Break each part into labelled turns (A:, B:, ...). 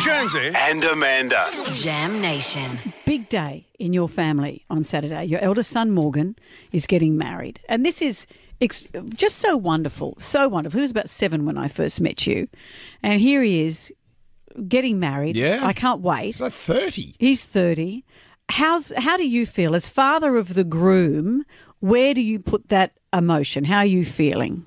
A: Jonesy and Amanda.
B: Jam Nation.
C: Big day in your family on Saturday. Your eldest son, Morgan, is getting married. And this is ex- just so wonderful. So wonderful. He was about seven when I first met you. And here he is getting married.
D: Yeah.
C: I can't wait.
D: It's like 30.
C: He's 30. How's, how do you feel? As father of the groom, where do you put that emotion? How are you feeling?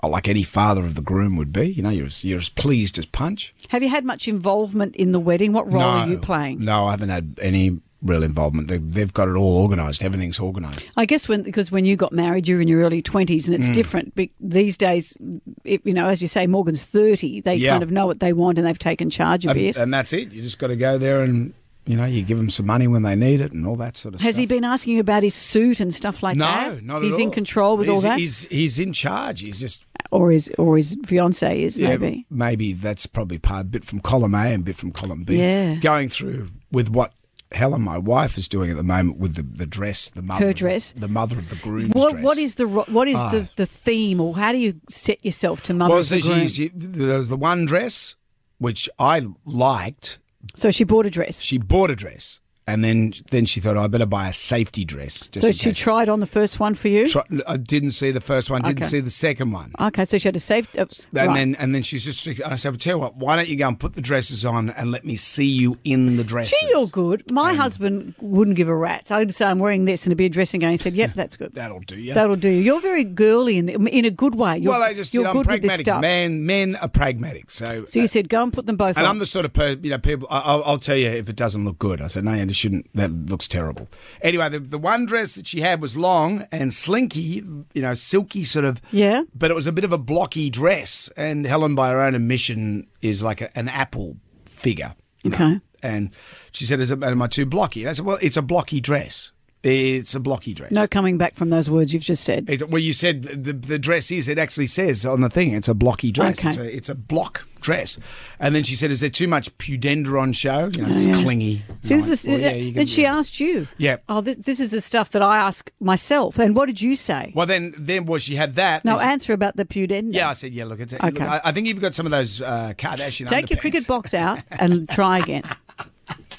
D: Oh, like any father of the groom would be. You know, you're as, you're as pleased as punch.
C: Have you had much involvement in the wedding? What role are you playing?
D: No, I haven't had any real involvement. They, they've got it all organised. Everything's organised.
C: I guess when because when you got married, you're in your early twenties, and
D: Mm.
C: it's different. But these days, it, you know, as you say, Morgan's thirty. They
D: Yeah. uh,
C: kind of know what they want, and they've taken charge a
D: And,
C: bit.
D: and that's it. You just got to go there and, you know, you give them some money when they need it and all that sort of
C: Has
D: stuff.
C: he been asking you about his suit and stuff like
D: No,
C: that?
D: not
C: he's
D: at all.
C: in control with
D: he's,
C: all that,
D: He's, he's in charge. He's just
C: or his or his fiance is maybe.
D: maybe that's probably part a bit from column A and a bit from column B.
C: Yeah.
D: Going through with what Helen, my wife, is doing at the moment with the, the dress, the mother
C: Her
D: of the-
C: dress.
D: the, mother of the groom's
C: What
D: dress.
C: what is the ro- what is
D: Ah.
C: the, the theme, or how do you set yourself to mother
D: well,
C: of the
D: so
C: groom?
D: she's, there was the one dress which I liked.
C: So she bought a dress.
D: She bought a dress, and then then she thought "Oh, I better buy a safety dress. Just
C: so
D: in
C: she
D: case."
C: tried on the first one for you.
D: Try- I didn't see the first one. Didn't
C: Okay.
D: see the second one.
C: okay, so she had a safe. Uh,
D: And
C: right.
D: then and then she's just. And I said, well, tell you what, why don't you go and put the dresses on and let me see you in the dresses?
C: Gee, you're good. My husband wouldn't give a rat's. I'd say I'm wearing this and it'd be a dressing gown. He said, "Yep, that's good.
D: That'll do you.
C: That'll do." You're very girly in the, in a good way. You're,
D: well, I just
C: you're
D: you know, I'm
C: good with this
D: pragmatic.
C: stuff.
D: Man, men are pragmatic. So,
C: So you said, "Go and put them both
D: and
C: on."
D: I'm the sort of person, you know, people. I- I'll, I'll tell you if it doesn't look good. I said, no, it shouldn't. That looks terrible. Anyway, the, the one dress that she had was long and slinky, you know, silky sort of.
C: Yeah.
D: But it was a bit of a blocky dress, and Helen, by her own admission, is like a, an apple figure. you know.
C: Okay.
D: And she said, "Is it am I too blocky?" And I said, "Well, it's a blocky dress. It's a blocky dress."
C: no coming back from those words you've just said.
D: It, well, you said the, the dress is. It actually says on the thing, it's a blocky dress.
C: Okay.
D: It's, a, it's a block dress. And then she said, "Is there too much pudendra on show? You know, it's
C: Oh, yeah.
D: clingy."
C: See,
D: And
C: this
D: I
C: is, uh,
D: went, "Well, yeah, you
C: then
D: can-
C: she
D: yeah."
C: asked you.
D: Yeah.
C: Oh, this, this is the stuff that I ask myself. And what did you say?
D: Well, then, then well, she had that.
C: no
D: They said-
C: answer about the pudendal.
D: yeah, I said, "Yeah, look, it's, look
C: Okay.
D: I, I think you've got some of those uh, Kardashian."
C: Take your
D: underpants.
C: cricket box out and try again.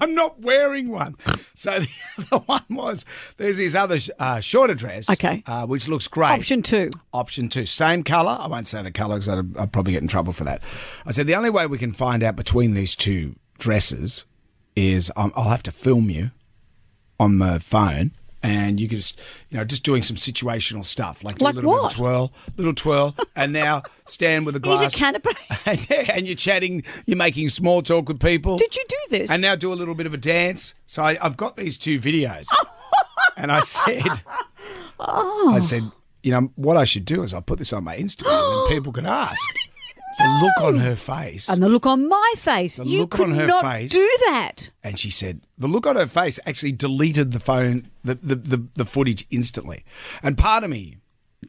D: I'm not wearing one. So the other one was there's this other sh- uh, shorter dress,
C: Okay. Oh,
D: uh, which looks great.
C: Option two.
D: Option two, same colour. I won't say the colour because I'd, I'd probably get in trouble for that. I said the only way we can find out between these two dresses is um, I'll have to film you on my phone, and you can just you know just doing some situational stuff like, do
C: Like
D: a little
C: what?
D: bit of twirl, little twirl, and now stand with a
C: Here's
D: glass.
C: a canopy.
D: and, and you're chatting, you're making small talk with people.
C: Did you do this?
D: And now do a little bit of a dance. So I, I've got these two videos, and I said,
C: Oh.
D: I said, you know, what I should do is I'll put this on my Instagram, and people can ask. The look on her face,
C: and the look on my face.
D: The
C: you
D: look
C: could
D: on her
C: not
D: face.
C: do that.
D: and she said, the look on her face actually deleted the phone, the the the, the footage instantly. And part of me.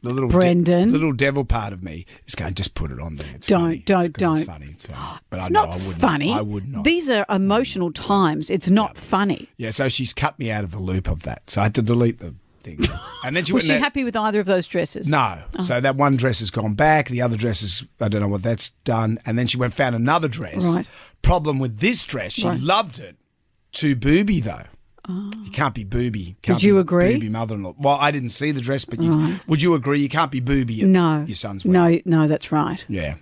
D: The little de-
C: Brendan.
D: the little devil part of me is going. Just put it on there. It's
C: Don't,
D: funny.
C: don't,
D: it's, good, It's
C: don't.
D: funny. It's funny. But
C: It's
D: I know
C: not
D: I wouldn't.
C: funny.
D: I would not.
C: These are emotional times. It's not funny.
D: Yeah, so she's cut me out of the loop of that. So I had to delete the thing. And then she
C: Was
D: went.
C: she
D: and-
C: happy Oh. with either of those dresses?
D: No. So that one dress has gone back. The other dress is, I don't know what that's done. And then she went and found another dress.
C: Right.
D: Problem with this dress, she
C: Right. Oh.
D: loved it. Too booby, though. You can't be booby. Can't
C: you
D: be
C: agree?
D: Booby mother in law. Well, I didn't see the dress, but you, would you agree you can't be booby at
C: No.
D: your son's wedding?
C: No, no, that's right.
D: Yeah.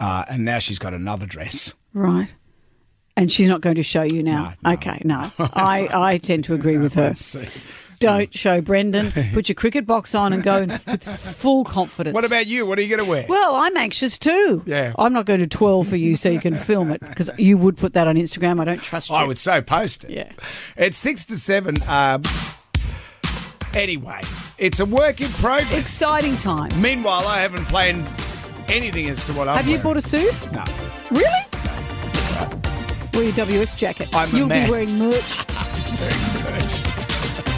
D: Uh, and now she's got another dress.
C: Right. And she's not going to show you now. Okay, no. I, I tend to agree with her.
D: Let's see.
C: Don't show Brendan. Put your cricket box on and go in f- with full confidence.
D: What about you? What are you going to wear?
C: Well, I'm anxious too.
D: Yeah.
C: I'm not going to twirl for you so you can film it because you would put that on Instagram. I don't trust you.
D: I would say post it.
C: Yeah.
D: It's six to seven. Um, anyway, it's a work in progress.
C: Exciting times.
D: Meanwhile, I haven't planned anything as to what I'm
C: Have you bought a suit?
D: a... No.
C: Really? Wear your WS jacket.
D: I'm a
C: You'll
D: man.
C: be wearing merch.
D: Very good.